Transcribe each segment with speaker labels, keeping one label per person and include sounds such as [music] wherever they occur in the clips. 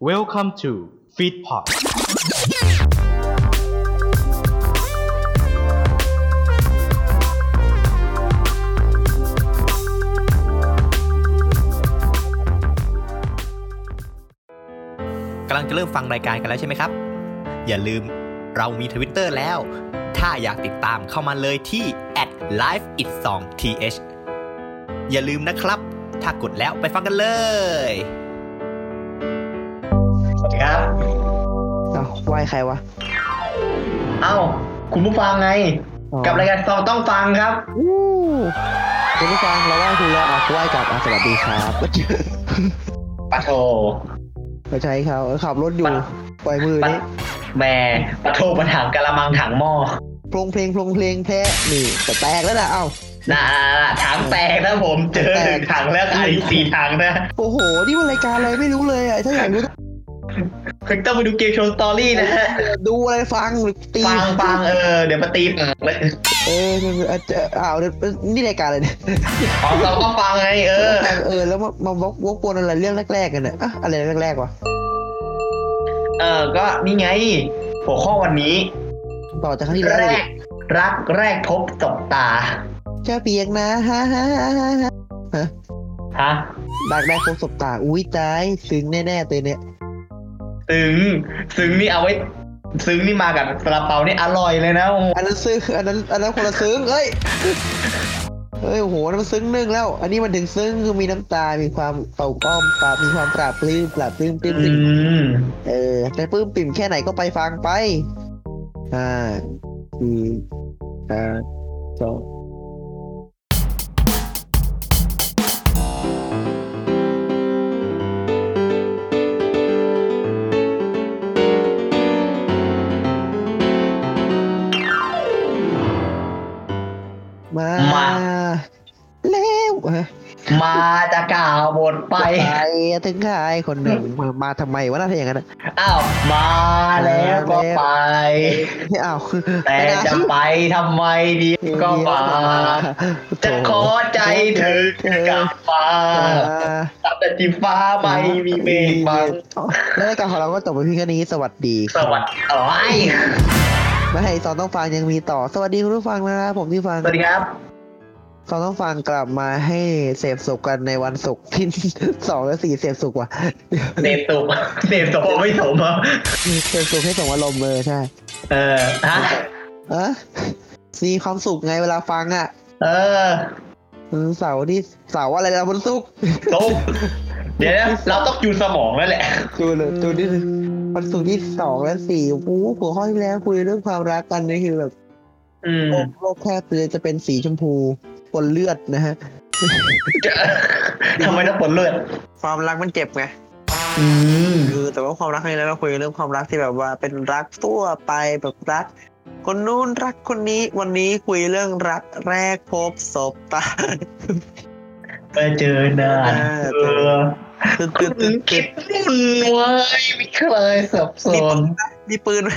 Speaker 1: Welcome to Feed Pod
Speaker 2: กำลังจะเริ่มฟังรายการกันแล้วใช่ไหมครับ อย่าลืมเรามีทวิตเตอร์แล้ว ถ้าอยากติดตามเข้ามาเลยที่ @lifeit2th อย่าลืมนะครับ ถ้ากดแล้วไปฟังกันเลย
Speaker 1: สวัสดีครับ
Speaker 3: อ้าวไหวใครวะ
Speaker 1: เอ้า คุณผู้ฟังไง กับรายการต้องต้องฟังครับ
Speaker 3: อู้คุณผู้ฟังเราไหวคุณแล้วอ่ะไหวกลับอ่ะสวัสดี [laughs] ครับก็เจอ
Speaker 1: ปะโท
Speaker 3: มาใช้เขาเออขับรถอยู่ปล่อยมือ
Speaker 1: ปะ
Speaker 3: นี่
Speaker 1: แหม่ปะโทประถังกะละมังถังหม้อ
Speaker 3: โพลงเพลงโพลงเพลงแพ้นี่แต่แตกแล้วนะเอ้า
Speaker 1: น่าถังแตกนะผม เจอหนึ่งถังแล้วอันนี้สี่ถังนะ
Speaker 3: โอ้โห นี่มันรายการอะไรไม่รู้เลยอ่ะถ้าอยากรู้ต้อง
Speaker 1: คุณต้องไปดูเกมโชว์สตอรี่นะฮะ
Speaker 3: ดูอะไรฟังหรือตี
Speaker 1: ฟังฟังเออ เดี๋ยวมาตีฝังเลย
Speaker 3: เออเออเอออ้าวเดี๋ยวนี่รายการอะไรเนี่ย
Speaker 1: อ๋อเราก็ฟังไงเออ
Speaker 3: ฟังเออแล้วมามาวกวกวนอะไรเรื่องแรกๆกันเนี่ยอ่ะอะไรแรกๆวะ
Speaker 1: เออ ก็นี่ไง หัวข้อวันนี้
Speaker 3: ต่อจากครั้งที่แล้ว
Speaker 1: แร
Speaker 3: เลย
Speaker 1: ก
Speaker 3: ดิ
Speaker 1: รักแรกพบตบตา
Speaker 3: แค่เพียงนะฮ่าฮ่าฮ่าฮ่าฮ่า
Speaker 1: ฮะ
Speaker 3: ดักได้ครบสบตาอุ้ยตายซึ้งแน่ๆเตยเนี่ย
Speaker 1: ซึ้งซึ้งนี่เอาไว้ ซึ้งนี่มากับซาลาเปานี่อร่อยเลยนะโอ้โห
Speaker 3: อันนั้นซึ้งอันนั้นอันนั้นคนละซึ้งเอ้ยเอ้ยโอ้โหนั่นมันซึ้งหนึ่งแล้ว อันนี้มันถึงซึ้งคือมีน้ำตา มีความเป่าอ้อมปราบมีความปราบปลื้มปราบปลื้มปลื้มป
Speaker 1: อื
Speaker 3: ลื้ม
Speaker 1: ม
Speaker 3: เออแต่ปลื้มปิ่มแค่ไหนก็ไปฟังไปอ่าสี่อ่าสองมามาเร็วฮะ
Speaker 1: มาจะกล่าวบทไป
Speaker 3: ไปถึงใครคนหนึ่งมามาทำไมวะน่าถ้าอย่างนั้นอะ
Speaker 1: อ้าว มาแล้วก็ไป
Speaker 3: ไม่เอา
Speaker 1: แต่จะไปทำไมเดียวก็มา จะขอใจเธอกลับมาตับแต่ที่ฟ้าไม่มีเมฆบัง
Speaker 3: แล้วรายการของเราก็จบไปเพียงแค่นี้ สวัสดี
Speaker 1: สวัสดีโอ้ย
Speaker 3: ไม่ให้สอนต้องฟังยังมีต่อ สวัสดีคุณผู้ฟังนะครับผมที่ฟัง
Speaker 1: สวัสดีครับ
Speaker 3: สอนต้องฟังกลับมาให้เสพสุขกันในวันศุกร์ที่ [laughs] สองและสี่เสพสุขว่ะ
Speaker 1: เสพสุกเสพสุกไม่สมอ่ะ
Speaker 3: เสพสุขให้สมอารมณ์เลยใช่
Speaker 1: เออฮะ
Speaker 3: อะมีความสุขไงเวลาฟังอ่ะ
Speaker 1: เออ
Speaker 3: เสาร์ที่เสาร์อะไรนะวันศุกร์
Speaker 1: ตุ๊บเดี๋ยวนะเราต้องจูนสมองแล้วแหละ
Speaker 3: ดูเลยดูดิวันศุกร์ที่สองและสี่โอ้โหหัวข้อที่แล้วคุยเรื่องความรักกันนี่คือแบบ
Speaker 1: อืม
Speaker 3: โลกโลกแคบเลยจะเป็นสีชมพูปนเลือดนะฮะ
Speaker 1: ทำไมต้องปนเลือด
Speaker 3: ความรักมันเจ็บไง
Speaker 1: อืม
Speaker 3: คือแต่ว่าความรักครั้งนี้แล้วเราคุยเรื่องความรักที่แบบว่าเป็นรักทั่วไปแบบรัก คนนู้นรักคนนี้วันนี้คุยเรื่องรักแรกพบศพตา
Speaker 1: ไปเจอนานเอ
Speaker 3: เอ
Speaker 1: อ
Speaker 3: อตื่นตื่น
Speaker 1: มึ
Speaker 3: ตื่
Speaker 1: ง
Speaker 3: น
Speaker 1: คิดมึงไว้ไม่เคยสับสน
Speaker 3: มีปืนไหม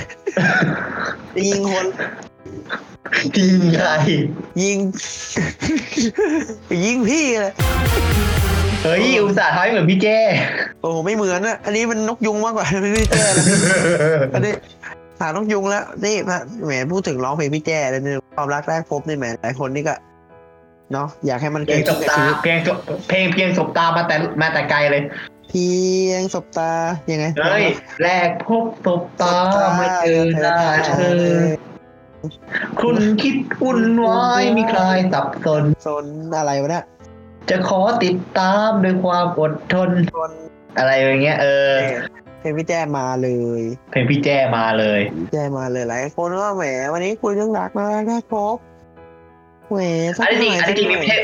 Speaker 3: ยิงคน
Speaker 1: จริงไง
Speaker 3: ยิง [laughs] ยิงพี่เลย
Speaker 1: เฮ้ย อุตส่าห์ทำให้เหมือนพี่แจ้
Speaker 3: โอ้โหไม่เหมือนอะอันนี้มันนกยุงมากกว่า [laughs] ไม่ได้เจอเลย อันนี้หาต้องยุงแล้วนี่แหมพูดถึงร้องเพลงพี่แจ้แล้วเนี่ยความรักแรกพบนี่แหมหลายคนนี่ก็เนาะอยากให้มัน
Speaker 1: เพลง
Speaker 3: เกิ
Speaker 1: ส
Speaker 3: ดขึ้
Speaker 1: บ
Speaker 3: นกับ
Speaker 1: ตา
Speaker 3: ชีวิต
Speaker 1: เพลงสบเพลงเพียงสบตามาแต่มาแต่ไกลเลย
Speaker 3: เพียงสบตายังไง
Speaker 1: เฮ้ย แรกพบสบตาไม่เจอหน้าเธอ คุณคิดอุ่นไว้ไม่คลายสับสน
Speaker 3: โซนอะไรวะเนี่ย
Speaker 1: จะขอติดตามด้วยความอดทน
Speaker 3: โซน
Speaker 1: อะไรอย่างเงี้ยเออ
Speaker 3: เพลงพี่แจ้มาเลย
Speaker 1: เพลงพี่แจ้มาเลย
Speaker 3: พี่แจ้มาเลยหลายคนก็แหมวันนี้คุยเรื่องรักนะแรกพบแหมสัก
Speaker 1: อันนี้จริง
Speaker 3: ห
Speaker 1: อันนี้จริง
Speaker 3: สักห
Speaker 1: นี่ไม่ใช่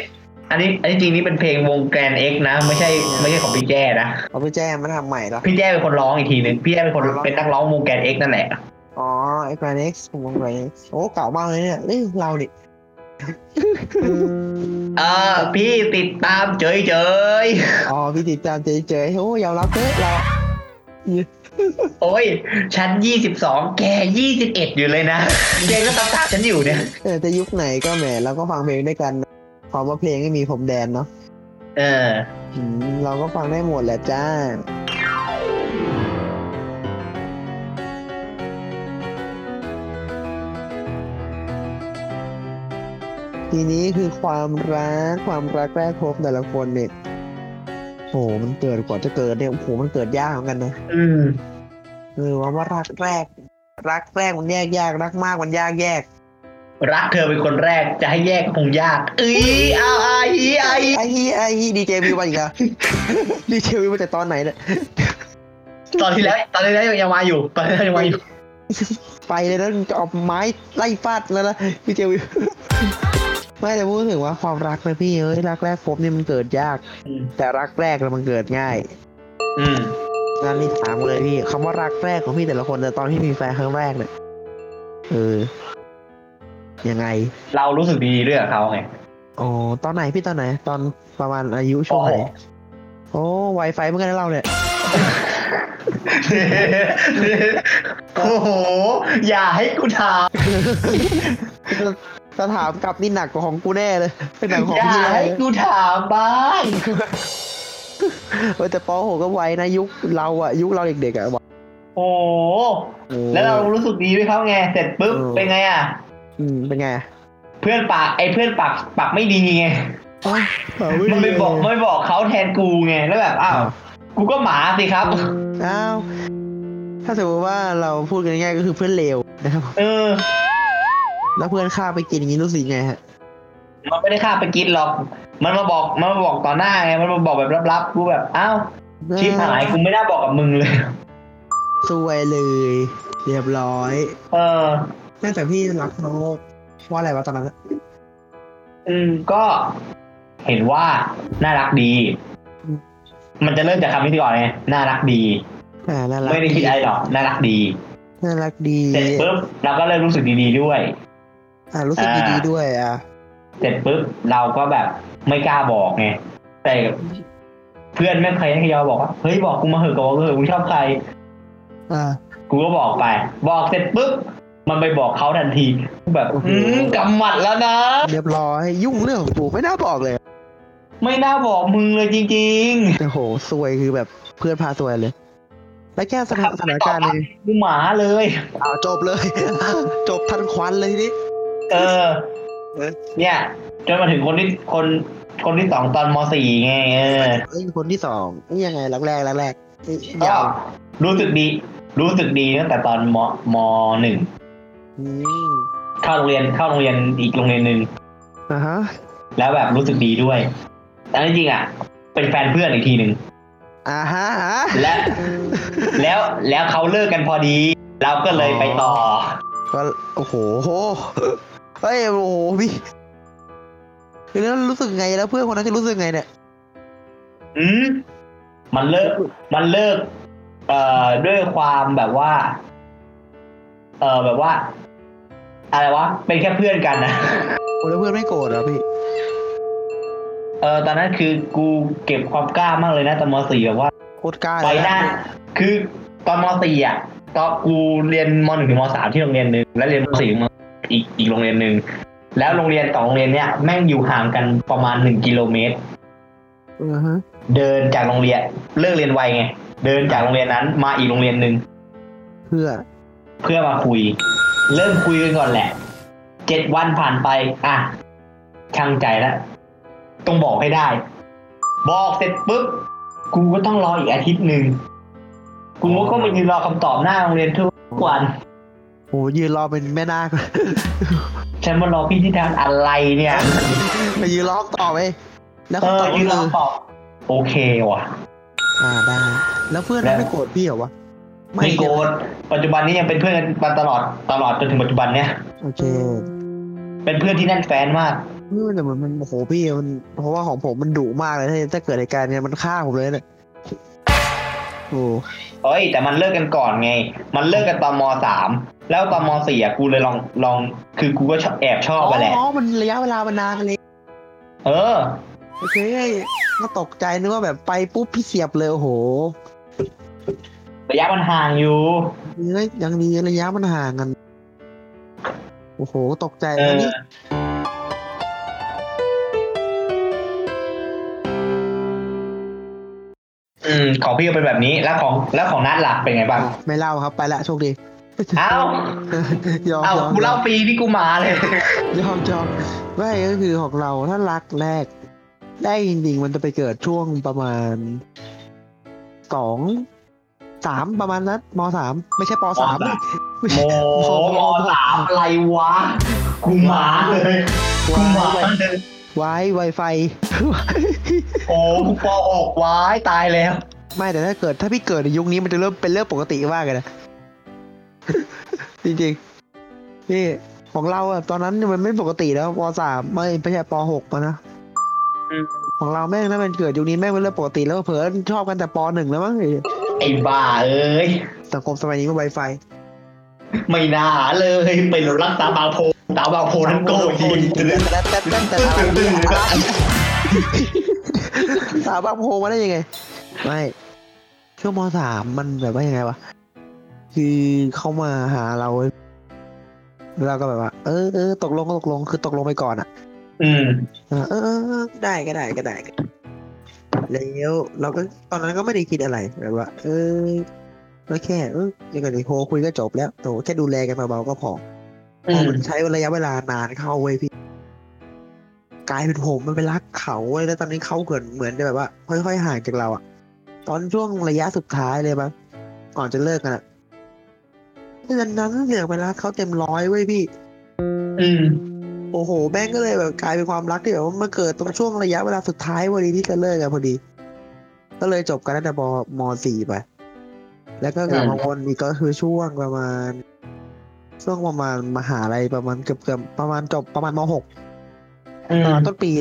Speaker 1: อันนี้ อันนี้จริงนี่เป็นเพลงวงแกรนเอ็กนะ ไม่ใช่ไม่ใช่ของพี่แจ้นะ
Speaker 3: เอาพี่แจ้มาทำใหม่เหรอ
Speaker 1: พี่แจ้เป็นคนร้องอีกทีหนึง พี่แจ้เป็นคน
Speaker 3: อ๋อเหรอ
Speaker 1: เป็นนักร้องวงแกรนเอ็กนั่นแหละ
Speaker 3: อ๋อไอ้แกรนเอ็กซ์ผมว่าแกรนเอ็กซ์โอ้เก่ามากเลยเนี่ยนี่ [laughs] เราดิ
Speaker 1: เออ พี่ติดตามเฉยเฉย
Speaker 3: อ๋อพี่ติดตามเฉยๆโอ้ยอมรับเถอะเรา
Speaker 1: ๆโอ้ย ชั้นยี่สิบสองแกยี่สิบเอ็ดอยู่เลยนะแกก็ตามตามฉันอยู่เนี่ย
Speaker 3: เออแต่ยุคไหนก็แหมเราก็ฟังเพลงด้วยกันความว่าเพลงไม่มีผมแดนเนาะ
Speaker 1: เออ
Speaker 3: อืมเราก็ฟังได้หมดแหละจ้า ทีนี้คือความรักความรักแรกพบแต่ละคนเนี่ยโหมันเกิดกว่าจะเกิดเนี่ยโหมันเกิดยากเหมือนกันนะ
Speaker 1: อืม
Speaker 3: คือว่าว่ารักแรก รักแรกมันแยกยากรักมากมันยากแยก
Speaker 1: รักเธอเป็นคนแรกจะให้แยกคงยากเอ้ยเอาไอ้ไอ้
Speaker 3: ไอ้ฮีไอ้ฮีดีเจวิวมาอีกแล้ว ดีเจวิวมาแต่ตอนไหนเนี่ย
Speaker 1: ตอนที่แล้วตอนที่แล้วยังมาอยู่ตอนที่แล้วยังมาอยู่
Speaker 3: ไปเลยแล้วจะเอาไม้ไล่ฟาดแล้วนะดีเจวิว ไม่แต่พูดถึงว่าความรักนะพี่เอ้ยรักแรกพบเนี่ยมันเกิดยาก
Speaker 1: อืม
Speaker 3: แต่รักแรกน่ะมันเกิดง่าย
Speaker 1: อืม
Speaker 3: นั่นนี่ถามเลยพี่คำว่ารักแรกของพี่แต่ละคนแต่ตอนที่มีแฟนครั้งแรกเนี่ยเออยังไง
Speaker 1: เรารู้สึกดีๆด้วยกับเขาไง [laughs]
Speaker 3: อ๋อตอนไหนพี่ตอนไหน ตอนประมาณอายุช่วงไหนโอ้ไวไฟเมื่อกี้เราเนี่ย
Speaker 1: โอ้โห อย่าให้กูถาม
Speaker 3: ถ้าถามกลับนี่หนักกว่าของกูแน่เลยเป็นหนักของ
Speaker 1: อย่า
Speaker 3: พี่เล
Speaker 1: ให้
Speaker 3: ย
Speaker 1: กูถามบ้าง
Speaker 3: เออแต่ปหกก็ไวนะยุคเราอะยุคเราเด็กๆอะไว
Speaker 1: โอ้โห
Speaker 3: โอ้
Speaker 1: แล้วเรารู้สึกดีด้วยเขาไง เสร็จปุ๊บ
Speaker 3: เออ
Speaker 1: เป็นไงอ่ะ
Speaker 3: อืมเป็นไงอะ
Speaker 1: เพื่อนปากไอ้เพื่อนปากปากไม่ดีไง
Speaker 3: โอ๊ยเาด้
Speaker 1: มันไม่บอกไม่บอกเขาแทนกูไง แล้วแบบอ้าว กูก็หมาสิครับ
Speaker 3: อ้าวถ้าสมมติว่าเราพูดกันง่ายๆก็คือเพื่อนเลวนะครับ
Speaker 1: เออ
Speaker 3: แล้วเพื่อนข้าไปกินอย่างนี้รู้สึกไงฮะ
Speaker 1: มันไม่ได้ฆ่าไปกินหรอก มันมาบอกมันมาบอกต่อหน้าไง มันมาบอกแบบลับๆ กูแบบอ้าวชิปหายกูไม่น่าบอกกับมึงเลย
Speaker 3: สวยเลย เรียบร้อย
Speaker 1: เออ
Speaker 3: แม่แต่พี่รักน้องว่าอะไรวะตอนนั้นอะ
Speaker 1: อืมก็เห็นว่าน่ารักดี มันจะเริ่มจากคำนี้ก่อนไงน่ารักดี
Speaker 3: อ่าน่ารัก
Speaker 1: ไม่ได้คิดอะไรหรอกน่ารักดี
Speaker 3: น่ารักดี
Speaker 1: เสร็จปุ๊บเราก็เริ่มรู้สึกดีๆด้วย
Speaker 3: อ่ารู้สึกดี
Speaker 1: อ่า
Speaker 3: ๆด้วยอ่ะ
Speaker 1: เสร็จปุ๊บเราก็แบบไม่กล้าบอกไงแต่เพื่อนแม่งเคยให้ยอบอกว่าเฮ้ยบอกกูมาเหอะบอกกูเหอะกูชอบใคร
Speaker 3: อ่า
Speaker 1: กูก็บอกไป บอกเสร็จปุ๊บมันไปบอกเขาทันทีแบบ
Speaker 3: โอ้โห
Speaker 1: อืมกำหมัดแล้วนะ
Speaker 3: เรียบร้อยยุ่งเรื่องของกูไม่น่าบอกเลย
Speaker 1: ไม่น่าบอกมึงเลยจริง
Speaker 3: โอ้โหสวยคือแบบเพื่อนพาสวยเลย แล้วแก้สถานสถานการณ์เลย
Speaker 1: ๆกูหมาเลย
Speaker 3: อ้าวจบเลย [laughs] จบทันควันเลยทีนี้
Speaker 1: เออ
Speaker 3: เออ
Speaker 1: เนี่ยจนมาถึงคนที่คนคนที่สองตอนมสี่ไงเออ
Speaker 3: เอ้ยคนที่สองนี่ยังไงรักแรกรักแรกนี่
Speaker 1: ก็
Speaker 3: ยาว
Speaker 1: รู้สึกดี รู้สึกดีตั้งแต่ตอนมมหนึ่ง
Speaker 3: อืม
Speaker 1: เข้าโรงเรียนเข้าโรงเรียนอีกโรงเรียนหนึ่ง
Speaker 3: อ่าฮะ
Speaker 1: แล้วแบบรู้สึกดีด้วยแต่จริงๆอ่ะ เป็นแฟนเพื่อนอีกทีหนึ่ง
Speaker 3: อ่าฮะอ่า
Speaker 1: [laughs] และแล้วแล้วเขาเลิกกันพอดี เราก็เลยไปต่อ
Speaker 3: ก็โอ้โหเฮ้ยโอ้โหพี่แล้วรู้สึกไงแล้วเพื่อนคนนั้นจะรู้สึกไงเนี่ย
Speaker 1: อืมมันเลิก มันเลิก เอ่อ ด้วยความแบบว่า เอ่อ แบบว่า อะไรวะ เป็นแค่เพื่อนกันนะ
Speaker 3: โอ้แล้วเพื่อนไม่โกรธเหรอพี่
Speaker 1: เออ ตอนนั้นคือกูเก็บความกล้ามากเลยนะตอนมสี่แบบว่า
Speaker 3: โคตรกล้า
Speaker 1: ไป
Speaker 3: เลย
Speaker 1: หน้า คือตอนมสี่อ่ะ ตอนกูเรียนมหนึ่งถึงมสามที่โรงเรียนหนึ่งแล้วเรียนมสี่ถึงมอีกอีกโรงเรียนหนึ่ง แล้วโรงเรียนสองโรงเรียนเนี้ยแม่งอยู่ห่างกันประมาณหนึ่งกิโลเมตร
Speaker 3: อือฮะ
Speaker 1: เดินจากโรงเรียน เลิกเรียนไวไง เดินจากโรงเรียนนั้นมาอีกโรงเรียนหนึ่ง
Speaker 3: เพื่อ
Speaker 1: เพื่อมาคุย เริ่มคุยกันก่อนแหละ เจ็ดวันผ่านไป อ่ะ ช่างใจแล้ว ต้องบอกให้ได้ บอกเสร็จปุ๊บ กูก็ต้องรออีกอาทิตย์หนึ่ง กูก็มายืนรอคำตอบหน้าโรงเรียนทุกวัน
Speaker 3: โหยืนรอเป็นแม่นาค [laughs]
Speaker 1: ฉันมารอพี่ที่ทางอะไรเนี่ย
Speaker 3: ไปยืนรอคำตอบไปแล้ว
Speaker 1: เอ
Speaker 3: คำ
Speaker 1: อ
Speaker 3: ตอบ
Speaker 1: ยื
Speaker 3: คื
Speaker 1: นรอ
Speaker 3: อ
Speaker 1: ตอบ โอเคว่ะ
Speaker 3: อ่าได้ แล้วเพื่อน
Speaker 1: แล้ว
Speaker 3: ไม่โกรธพี่เหรอวะ
Speaker 1: ไม่โกรธปัจจุบันนี้ยังเป็นเพื่อนกันมาตลอดตลอดจนถึงปัจจุบันเนี่ย
Speaker 3: โอเค
Speaker 1: เป็นเพื่อนที่แน่นแฟนมาก
Speaker 3: นี่มันแต่มันมันโอ้โหพี่มันเพราะว่าของผมมันดุมากเลยถ้าถ้าเกิดเหตุการณ์เนี่ยมันฆ่าผมเลยเนี่ยโอ้
Speaker 1: เอ้ยแต่มันเลิกกันก่อนไง มันเลิกกันตอนมสามแล้วตอนมสี่อ่ะกูเลยลองลอง คือกูก็ชอบแอบชอบไปแหละ
Speaker 3: อ๋อมันระยะเวลามันนานเลย
Speaker 1: เออ
Speaker 3: โอเคก็ตกใจนึกว่าแบบไปปุ๊บพี่เสียบเลยโอ้โห
Speaker 1: ระยะมันห่างอยู่
Speaker 3: เฮ้ยยังดีระยะมันห่างกันโอ้โหตกใจ
Speaker 1: เอ
Speaker 3: แล้ว
Speaker 1: อ
Speaker 3: นี่
Speaker 1: อืม ของพี่ก็เป็นแบบนี้แล้วของแล้วของนัดหลักเป็นไงบ้าง
Speaker 3: ไม่เล่าครับไปละโชคดี [laughs]
Speaker 1: เอ้า
Speaker 3: ยอม
Speaker 1: เอ้า
Speaker 3: ยอม
Speaker 1: กูเล่าปีที่กูมาเลย
Speaker 3: ยอมยอมไม่ก็คือของเราถ้ารักแรกแรกจริงๆมันจะไปเกิดช่วงประมาณสองสามประมาณนั้นมสามไม่ใช่ปสา
Speaker 1: มสาม
Speaker 3: มไม่
Speaker 1: โม
Speaker 3: ใช่
Speaker 1: มสามอะไรวะ กูมาเลย กูมาเลย
Speaker 3: ไว้ไวไฟ
Speaker 1: โอ้กูปอออกวายตายแล้ว
Speaker 3: ไม่แต่ถ้าเกิดถ้าพี่เกิดในยุคนี้มันจะเริ่มเป็นเรื่องปกติมาก
Speaker 1: [laughs]
Speaker 3: เลยนะ จริงๆนี่ของเราอะตอนนั้นมันไม่ปกติแล้วปสามไม่ไม่ใช่ปหกมานะ
Speaker 1: อืม
Speaker 3: ของเราแม่งถ้ามันเกิดยุคนี้แม่งเป็นเรื่องปกติแล้วเผลอชอบกันแต่ปหนึ่งแล้วมั้งไอ้
Speaker 1: ไอ้บ้าเอ้ย
Speaker 3: สังคมสมัยนี้มันไวไฟ
Speaker 1: ไม่น่าเลยเป็นรักตาบางโพตาบางโพนั้นโกยยิง
Speaker 3: แต่แต่แต่แต่ตา
Speaker 1: ตึ้งตึ้ง
Speaker 3: ตาบ้าโพมาได้ยังไง ไม่ช่วงมสามมันแบบว่ายังไงวะคือเข้ามาหาเราแล้วเราก็แบบว่า เออเออตกลงก็ตกลงคือตกลงไปก่อนอะ
Speaker 1: อืม
Speaker 3: เออเออเออเออได้ก็ได้ก็ได้ก็ได้แล้วเราก็ตอนนั้นก็ไม่ได้คิดอะไรแบบว่า เออก็แค่เออยังไงโทรคุยก็จบแล้วโถแค่ดูแลกันเบาๆก็พออ
Speaker 1: อื
Speaker 3: พอ
Speaker 1: ม
Speaker 3: มันใช้ระยะเวลานานเข้าเว้ยพี่กลายเป็นผมมันไปรักเขาเว้ยแล้วตอนนี้เขาเกิดเหมือนจะแบบว่า ค่อยๆห่างจากเราอะตอนช่วงระยะสุดท้ายเลยมั้งก่อนจะเลิกกันอะเดือนนั้นเสือกไปรักเขาเต็มร้อยเว้ยพี่
Speaker 1: อืม
Speaker 3: โอ้โห แม่งก็เลยแบบกลายเป็นความรักที่แบบว่ามาเกิดตรงช่วงระยะเวลาสุดท้ายพอดีที่จะเลิกกันพอดี ก็เลยจบกันตั้งแต่ปมสี่ไป แล้วก็กลับมาวนอีกก็คือช่วงประมาณ ช่วงประมาณมหาลัยประมาณเกือบเกือบประมาณจบประมาณมหก
Speaker 1: อื
Speaker 3: ประ
Speaker 1: ม
Speaker 3: มาณต้นปี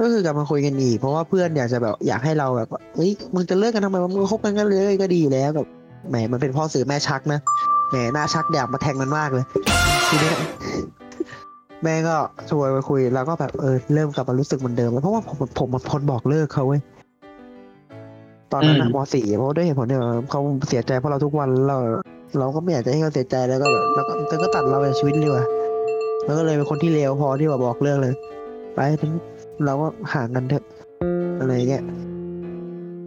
Speaker 3: ก็คือกลับมาคุยกันอีกเพราะว่าเพื่อนอยากจะแบบอยากให้เราแบบว่าเฮ้ยมึงจะเลิกกันทำไมวะมึงคบกันก็เลยก็ดีอยู่แล้วแบบแหมมันเป็นพ่อสื่อแม่ชักนะแหมหน้าชักอยากมาแทงมันมากเลยทีเนี้ย แม่ก็ชวนมาคุยแล้วก็แบบเออเริ่มกลับมารู้สึกเหมือนเดิมแล้วเพราะว่าผมผมมันคนบอกเลิกเขาเว้ยตอนนั้นอะมสี่เพราะด้วยเหตุผลเนี่ยเขาเสียใจเพราะเราทุกวันเรา เราก็ไม่อยากจะให้เขาเสียใจแล้วก็แบบแล้วก็ก็ตัดเราจากชีวิตเลยว่ะแล้วก็เลยเป็นคนที่เลวพอที่แบบบอกเลิกเลย ไปเป็นเราก็ห่างกันเถอะอะไรเงี้ย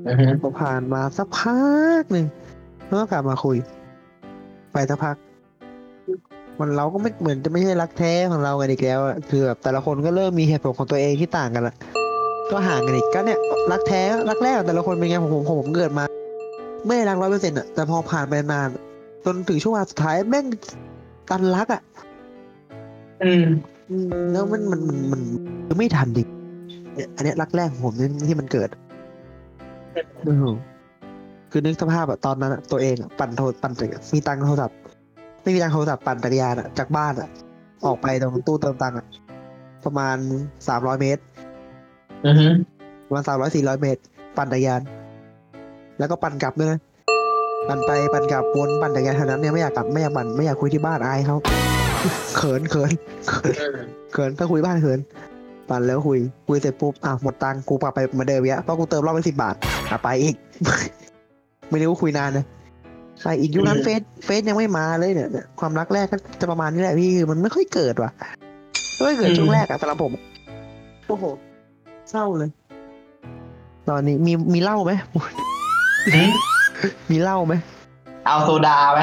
Speaker 1: อือฮึ
Speaker 3: พอผ่านมาสักพักหนึ่งแล้วก็กลับมาคุย ไปสักพัก มันเราก็ไม่เหมือนจะไม่ใช่รักแท้ของเรากันอีกแล้วอะคือแบบแต่ละคนก็เริ่มมีเหตุผลของตัวเองที่ต่างกันละก็ห่างกันอีกก็เนี่ยรักแท้รักแรกของแต่ละคนเป็นไงผมผมผมเกิดมา ไม่ได้รักร้อยเปอร์เซ็นต์อะแต่พอผ่านไปนานจนถึงช่วงเวลาสุดท้ายแม่งตันรักอะ
Speaker 1: อืม
Speaker 3: อืมแล้วมันมันมันมันมันไม่ทันจริงเนี่ยอันเนี้ยรักแรกของผมเนี่ยที่มันเกิดอืมคือนึกสภาพอะตอนนั้นอะตัวเองอะปั่นโทรปั่นจักรมีตังค์โทรศัพท์ไม่มีตังค์โทรศัพท์ปั่นจักรยานอะจากบ้านอะออกไปตรงตู้เติมตังค์อะประมาณสามร้อยเมตร
Speaker 1: อือฮึ
Speaker 3: ประมาณสามร้อยสี่ร้อยเมตร ปั่นจักรยาน แล้วก็ปั่นกลับด้วยนะปั่นไปปั่นกลับวนปั่นจักรยานเท่านั้นเนี่ยไม่อยากกลับไม่อยากปั่นไม่อยากคุยที่บ้านอายเขา เขินเขินเขิน เขินถ้าคุยบ้านเขินปั่นแล้วคุย คุยเสร็จปุ๊บอ่ะหมดตังค์กูกลับไปเหมาเดิมเยอะเพราะกูเติมรอบไปสิบบาทอ่ะไปอีก [laughs] ไม่รู้ว่าคุยนานนะใช่อีกยุคนั้นเฟซเฟซยังไม่มาเลยเนี่ยเนี่ยความรักแรกก็จะประมาณนี้แหละพี่คือมันไม่ค่อยเกิดว่ะไม่ค่อยเกิดช่วงแรกอะสำหรับผมโอ้โหเศร้าเลย ตอนนี้มีมีเหล้าไหม [laughs]
Speaker 1: อืม
Speaker 3: มีเหล้าไหม
Speaker 1: เอาโซดาไหม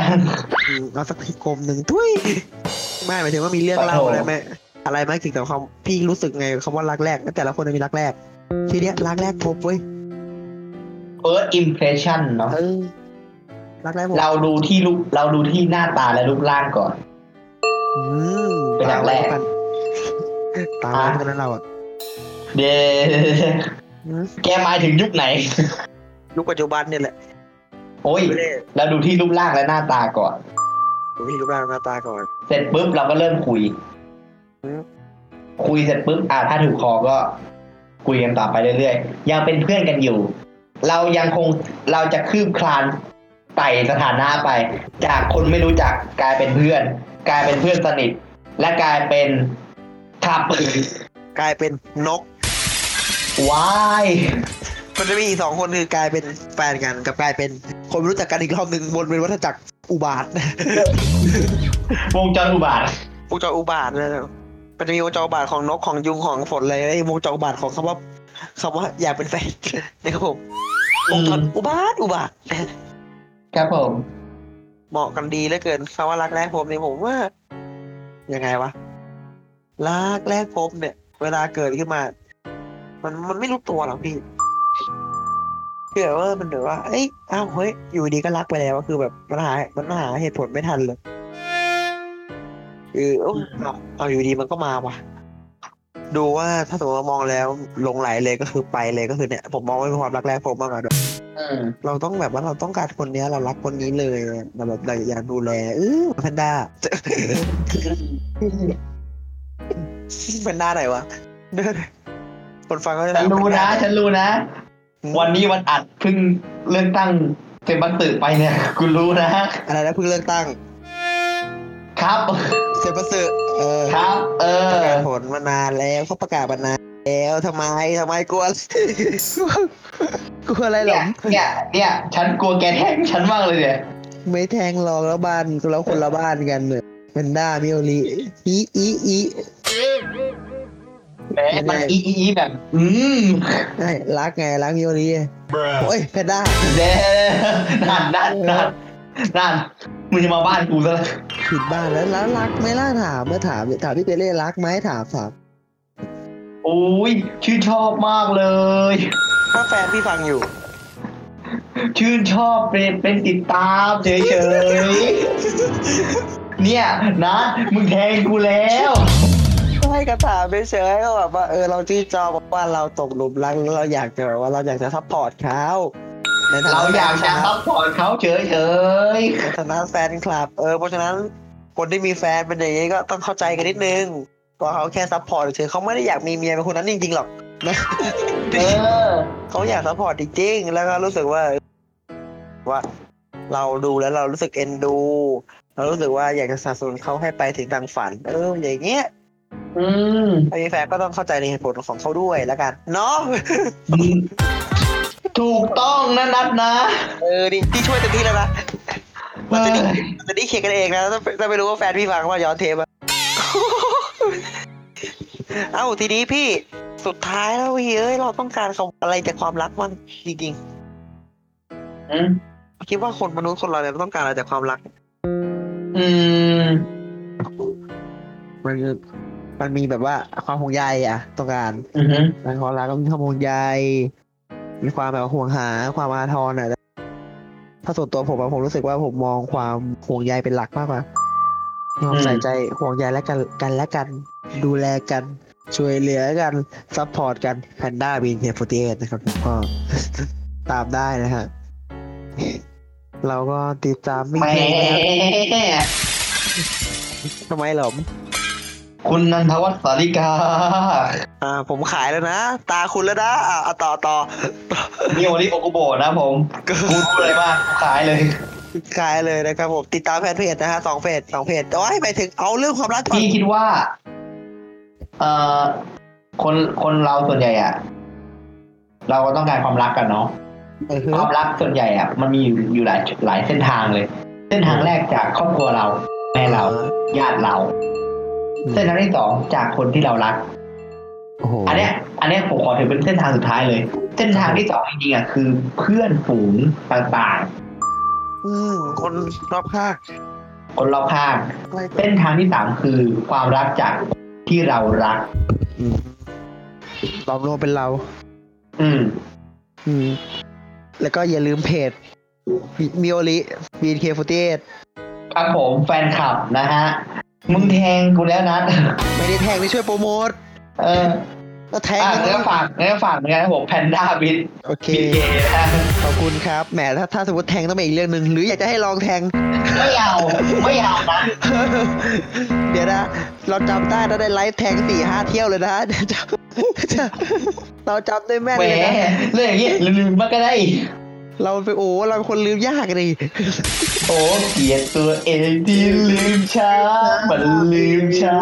Speaker 3: อืมเอาสักกลมหนึ่งทุยไม่หมายถึงว่ามีเรื่องเล่าอะไรไหมอะไรไหมถึงแต่ความพี่รู้สึกไงคำว่ารักแรกแต่ละคนมันมีรักแรก ทีเนี้ยรักแรกพบเว้ย
Speaker 1: first impression เนาะ
Speaker 3: เออรักแรกผม
Speaker 1: เราดูที่รูปเราดูที่หน้าตาและรูปร่างก่อน
Speaker 3: อืม
Speaker 1: เป็นรักแรก
Speaker 3: ตามตามกันนั้นเราอ่ะ
Speaker 1: เด
Speaker 3: อืม
Speaker 1: แกหมายถึงยุคไหน
Speaker 3: ยุคปัจจุบันเนี่ยแหละ
Speaker 1: โอ้ย
Speaker 3: ไม่ได้
Speaker 1: เราดูที่รูปร่างและหน้าตาก่อน
Speaker 3: ผมที่รูปร่างหน้าตาก่อน
Speaker 1: เสร็จปุ๊บเราก็เริ่มคุย
Speaker 3: อืม
Speaker 1: คุยเสร็จปุ๊บอ่าถ้าถูกคอก็ คุยกันต่อไปเรื่อยๆ ยังเป็นเพื่อนกันอยู่ เรายังคงเราจะคืบคลานไต่สถานะไป จากคนไม่รู้จักกลายเป็นเพื่อน กลายเป็นเพื่อนสนิท และกลายเป็นขับ
Speaker 3: กลายเป็นนก
Speaker 1: ว้าย
Speaker 3: มันจะมีอีกสองคนคือกลายเป็นแฟนกันกับกลายเป็นคนรู้จักกันอีกรอบหนึ่งวนเป็นวัฏจักรอุบาท
Speaker 1: วงจรอุบาท
Speaker 3: วงจรอุบาทนะมันจะมีวงจรอุบาทของนกของยุงของฝนอะไรไอ้วงจรอุบาทของคำว่าคำว่าอยากเป็นแฟน [laughs] นะครับผมวงจรอุบาทอุบาท
Speaker 1: ครับผม
Speaker 3: เหมาะกันดีเหลือเกินคำว่ารักแรกพบเนี่ยผมว่ายังไงวะรักแรกพบเนี่ย เวลาเกิดขึ้นมา มันมันไม่รู้ตัวหรอกพี่เกิดว่ามันเดี๋ยวว่าเอ้ยอ้าวเฮ้ยอยู่ดีก็รักไปแล้วคือแบบมันหามันหาเหตุผลไม่ทันเลยคือโอ้เอาเอาอยู่ดีมันก็มาว่ะ ดูว่าถ้าสมมติว่ามองแล้วหลงไหลเลยก็คือไปเลยก็คือเนี่ยผมมองว่าเป็นความรักแรกพบมากกว่า
Speaker 1: อืม
Speaker 3: เราต้องแบบว่าเราต้องการคนเนี้ย เรารักคนนี้เลยเราแบบเราอยากดูแลเออแพนด้าแพนด้าไหนวะเดินคนฟังก็จะ
Speaker 1: ฉันรู้นะ ฉันรู้นะ วันนี้วันอัดเพิ่งเลือกตั้งเต็มบันตึกไปเนี่ยกูรู้นะ
Speaker 3: อะไรนะเพิ่งเลือกตั้ง
Speaker 1: ครับ
Speaker 3: เซปัสึเออ
Speaker 1: ครับ เอ
Speaker 3: ประ
Speaker 1: อ
Speaker 3: กาศผลมานานแล้วเขาประกาศมานานแล้วทำไมทำไมกลัว [laughs] กลัวอะไรหร
Speaker 1: เนี่
Speaker 3: อย
Speaker 1: เนี่ย เนี่ย ฉันกลัวแกแทง [laughs] ฉันมากเลยเนี่ย
Speaker 3: ไม่แทงหรอกแล้วบ้านแล้วคนละบ้านกันเนี่ยแพนด้ามิโอริอีอีอี
Speaker 1: แหมมันอีอีอีแบบ อืม [laughs]
Speaker 3: ใช่รักไงรักมิโอริโอ้ยแพนด้า
Speaker 1: เด้นั่นนั่นนั่นนั่นมึงจะมาบ้านกูซะแล้ว
Speaker 3: ผิดบ้านแล้วแล้วรักไหม่ล่าถามเมื่อถามถามพี่เปเล่รักไหมถามถาม
Speaker 1: โอ้ยชื่นชอบมากเลย
Speaker 3: ถ้าแฟนพี่ฟังอยู่
Speaker 1: ชื่นชอบเป็นเป็นติดตามเฉยๆ [laughs] เนี่ยนะมึงแทงกูแล้ว
Speaker 3: ช่วยกระถามเฉยๆก็แบบว่าเออเราที่จอบอกว่าเราตกหลุมรักแล้วเราอยากจะแบบว่าเราอยากจะซัพพอร์ตเขาในฐนะ
Speaker 1: เราอยากจะซัพพอร์ตเขาเฉย
Speaker 3: ในฐานะแฟนคลับ เออเพราะฉะนั้นคนที่มีแฟนเป็นอย่างนี้ก็ต้องเข้าใจกันนิดนึงว่าเขาแค่ซัพพอร์ตเฉยๆเขาไม่ได้อยากมีเมียเป็นคนนั้นจริงๆหรอก
Speaker 1: ๆ เออ
Speaker 3: เขาอยากซัพพอร์ตจริงๆ แล้วก็รู้สึกว่า ว่า เราดูแล้วเรารู้สึกเอ็นดู เรารู้สึกว่าอยากจะสนับสนุนเขาให้ไปถึงดังฝัน เออ อย่างเงี้ย
Speaker 1: อื
Speaker 3: [laughs]
Speaker 1: ม
Speaker 3: ไอ้แฟนก็ต้องเข้าใจในเหตุผลของเขาด้วยแล้วกัน เนาะ
Speaker 1: ถูกต้องนะนัดนะ
Speaker 3: เออนี่ที่ช่วยเต็มที่แล้วนะ
Speaker 1: เอ
Speaker 3: มันจะ
Speaker 1: อ
Speaker 3: ได้มันจะได้เคลียร์กันเองนะถ้าถ้าไม่รู้ว่าแฟนพี่ฟังว่าย้อนเทปอะ [laughs] เอ้าทีนี้พี่สุดท้ายแล้วพี่เอ้ยเราต้องการคำอะไรจากความรักมันจริง
Speaker 1: อืม
Speaker 3: ๆคิดว่าคนมนุษย์คนเราเนี่ยต้องการอะไรจากความรัก
Speaker 1: อืม
Speaker 3: มันคือมันมีแบบว่าความห่วงใยอะต้องการ
Speaker 1: อืม
Speaker 3: แล้วความรักก็มีความห่วงใยมีความแบบห่วงหาความอาทรอ่ะถ้าส่วนตัวผมอะผมรู้สึกว่าผมมองความห่วงใยเป็นหลักมากกว่าความใส่ใจห่วงใยและกันกันและกัน ดูแลกัน ช่วยเหลือกันซัพพอร์ตกันแพนด้าบีนเทปโฟตีเอนะครับผมก็ [laughs] ตามได้นะฮะเราก็ติดตามไม่
Speaker 1: แหม
Speaker 3: เพียงนะครับทำไมเหรอ
Speaker 1: คุณนันทวัฒน์สาริกา
Speaker 3: อ่าผมขายแล้วนะ ตาคุณแล้วนะอ่าเอาต่อต่อ
Speaker 1: มีโอริโอกุโบะนะผม
Speaker 3: ก็
Speaker 1: กูรู้เลยมากขายเลย
Speaker 3: ขายเลยนะครับผมติดตามแฟนเพจนะฮะสองเพจสองเพจโอ้ยไปถึงเอาเรื่องความรักก่อน
Speaker 1: พี่คิดว่า เอ่อ คนคนเราส่วนใหญ่อะเราก็ต้องการความรักกันเนาะ
Speaker 3: เออฮึ
Speaker 1: ความรักส่วนใหญ่อะมันมีอยู่อยู่หลายหลายเส้นทางเลย เส้นทางแรกจากครอบครัวเราแม่เราญาติเรา เส้นทางที่สองจากคนที่เรารัก
Speaker 3: โอ้โห
Speaker 1: อันเนี้ย อันเนี้ยผมขอถือเป็นเส้นทางสุดท้ายเลย เส้นทางที่สองจริงๆอะคือ เพื่อนฝูงต่าง
Speaker 3: อืมคนรอบข้าง
Speaker 1: ๆ คนรอบข้าง
Speaker 3: อะไร
Speaker 1: เส้นทางที่สามคือความรักจากที่เรารัก
Speaker 3: อืมตอบรวมเป็นเรา
Speaker 1: อืม
Speaker 3: อืม แล้วก็อย่าลืมเพจมิโอริบีนเคฟเ
Speaker 1: ครับผมแฟนคลับนะฮะ มึงแทงกูแล้วนะ
Speaker 3: ไม่ได้แทงไม่ช่วยโปรโมท
Speaker 1: [laughs] เออ
Speaker 3: ก็แทง
Speaker 1: อ่ะงั้
Speaker 3: ไม่
Speaker 1: น
Speaker 3: ต้อ
Speaker 1: ก็
Speaker 3: ง
Speaker 1: ฝากงั้นก็ฝากเหมือนกันนะผมแพนด้าบิด
Speaker 3: โอเค
Speaker 1: บิดเกนะฮะ
Speaker 3: ขอบคุณครับแหมถ้าถ้าสมมติแทงต้องเป็นอีกเรื่องหนึ่งหรืออยากจะให้ลองแทง
Speaker 1: ไม่เอาไม่เอานะ
Speaker 3: เดี๋ยวนะ เราจำได้เราได้ไลฟ์แทงสี่ห้าเที่ยวเลยนะ [laughs] เดี๋ยวจะเราจำได้แม่น
Speaker 1: แหม
Speaker 3: เลยนะ
Speaker 1: เรื่องอย่างนี้ลืมมาก็ได้
Speaker 3: เราไปนโอ้เราเป็นคนลืมยากเลย
Speaker 1: โอ้เกลียดตัวเองที่ลืมช้า มันลืมช้า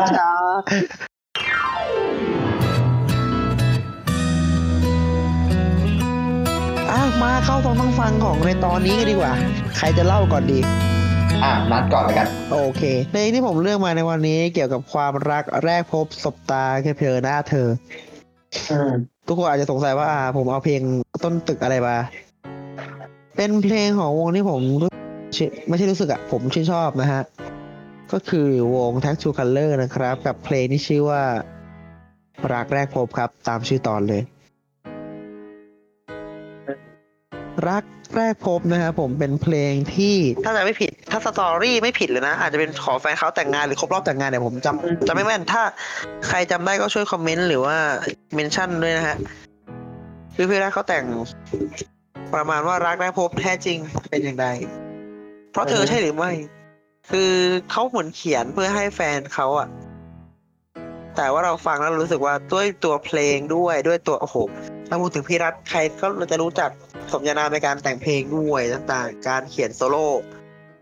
Speaker 3: อ่ะมาเข้าตรงต้องฟังของในตอนนี้กันดีกว่า ใครจะเล่าก่อนดี
Speaker 1: อ่ะ นัดก่อนแล้วกัน
Speaker 3: โอเคเพลงที่ผมเลือกมาในวันนี้เกี่ยวกับความรักแรกพบสบตาแค่เผลอหน้าเธอ
Speaker 1: อืม
Speaker 3: ทุกคนอาจจะสงสัยว่าอ่าผมเอาเพลงต้นตึกอะไรมา เป็นเพลงของวงที่ผม ชื่อไม่ใช่รู้สึกอะผมชื่นชอบนะฮะ ก็คือวง t a t t o o Color นะครับ กับเพลงที่ชื่อว่ารักแรกพบครับตามชื่อตอนเลย รักแรกพบนะฮะผมเป็นเพลงที่ถ้าจะไม่ผิด ถ้าสตอรี่ไม่ผิดเลยนะ อาจจะเป็นขอแฟนเขาแต่งงานหรือครบรอบแต่งงานเนี่ยผมจำจำไม่แม่น ถ้าใครจำได้ก็ช่วยคอมเมนต์หรือว่าเมนชั่นด้วยนะฮะคือพี่รักเขาแต่ง ประมาณว่ารักแรกพบแท้จริงเป็นอย่างไร เพราะเธอใช่หรือไม่ คือเขาเหมือนเขียนเพื่อให้แฟนเขาอะ แต่ว่าเราฟังแล้วรู้สึกว่าด้วยตัวเพลงด้วยด้วยตัวโอ้โหถ้าพูดถึงพี่รัฐใครก็เราจะรู้จักสมญานามในการแต่งเพลงด้วยต่างๆ การเขียนโซโล่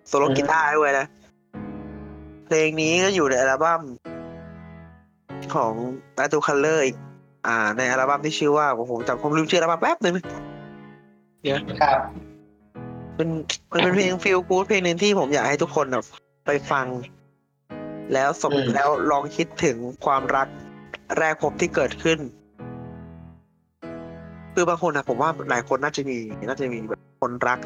Speaker 3: โซโล่
Speaker 1: อือฮึ
Speaker 3: กีตาร์ด้วยนะ เพลงนี้ก็อยู่ในอัลบั้มของ a าตูคัลเลอร์อีก อ่า ในอัลบั้มที่ชื่อว่าโอ้โหจำผมลืมชื่ออัลบั้มแป๊บหนึ่ง
Speaker 1: ครับ
Speaker 3: เป็นมันเป็นเพลงฟีลกู๊ดเพลงหนึ่งที่ผมอยากให้ทุกคนแบบไปฟัง แล้วสม
Speaker 1: อืม
Speaker 3: แล้วลองคิดถึงความรักแรกพบที่เกิดขึ้น คือบางคนนะผมว่าหลายคนน่าจะมี น่าจะมีแบบคนรัก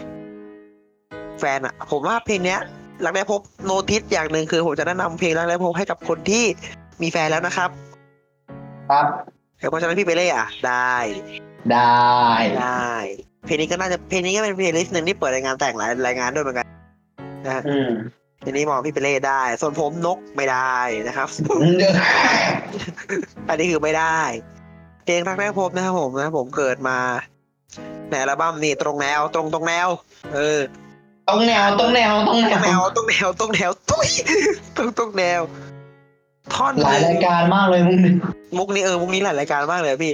Speaker 3: แฟนอะผมว่าเพลงเนี้ย รักแรกพบโนติสอย่างหนึ่งคือผมจะแนะนำเพลงรักแรกพบให้กับคนที่มีแฟนแล้วนะครับ
Speaker 1: ครับ
Speaker 3: เพราะฉะนั้นพี่ไปเล่อะได้
Speaker 1: ได้
Speaker 3: ได้เพลงนี้ก็น่าจะเพลงนี้ก็เป็นเพลย์ลิสต์หนึ่งที่เปิดรายงานแต่งหลายรายงานด้วยเหมือนกันนะฮะ
Speaker 1: อืม
Speaker 3: เพลงนี้มองพี่เปเล่ได้ ส่วนผมนกไม่ได้นะครับ [laughs] อันนี้คือไม่ได้ เพลงรักแรกพบนะครับผมนะผมเกิดมาในอัลบั้มนี่ตรงแนวตรงตรงแนว เออ
Speaker 1: ต้องแนวต้องแนวต้อง
Speaker 3: ตรง
Speaker 1: แน
Speaker 3: แน
Speaker 1: ว
Speaker 3: วตรงแนวตรงแนวตุ้ย [laughs] ตรงตรงแนว ท่อน
Speaker 1: หลายรายการมากเลยมึงเนี่ย
Speaker 3: มุกนี้เออมุกนี้หลายรายการมากเลยอะพี่